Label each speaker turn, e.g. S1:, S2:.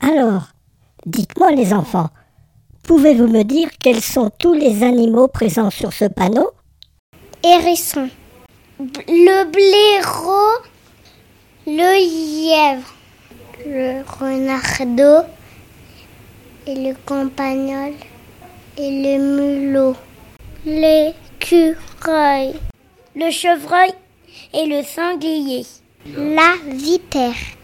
S1: Alors, dites-moi les enfants, pouvez-vous me dire quels sont tous les animaux présents sur ce panneau
S2: Hérisson. B- Le blaireau. Le lièvre. Le renardeau. Et le campagnol. Et le mulot. L'écureuil. Le chevreuil. Et le sanglier. La vipère.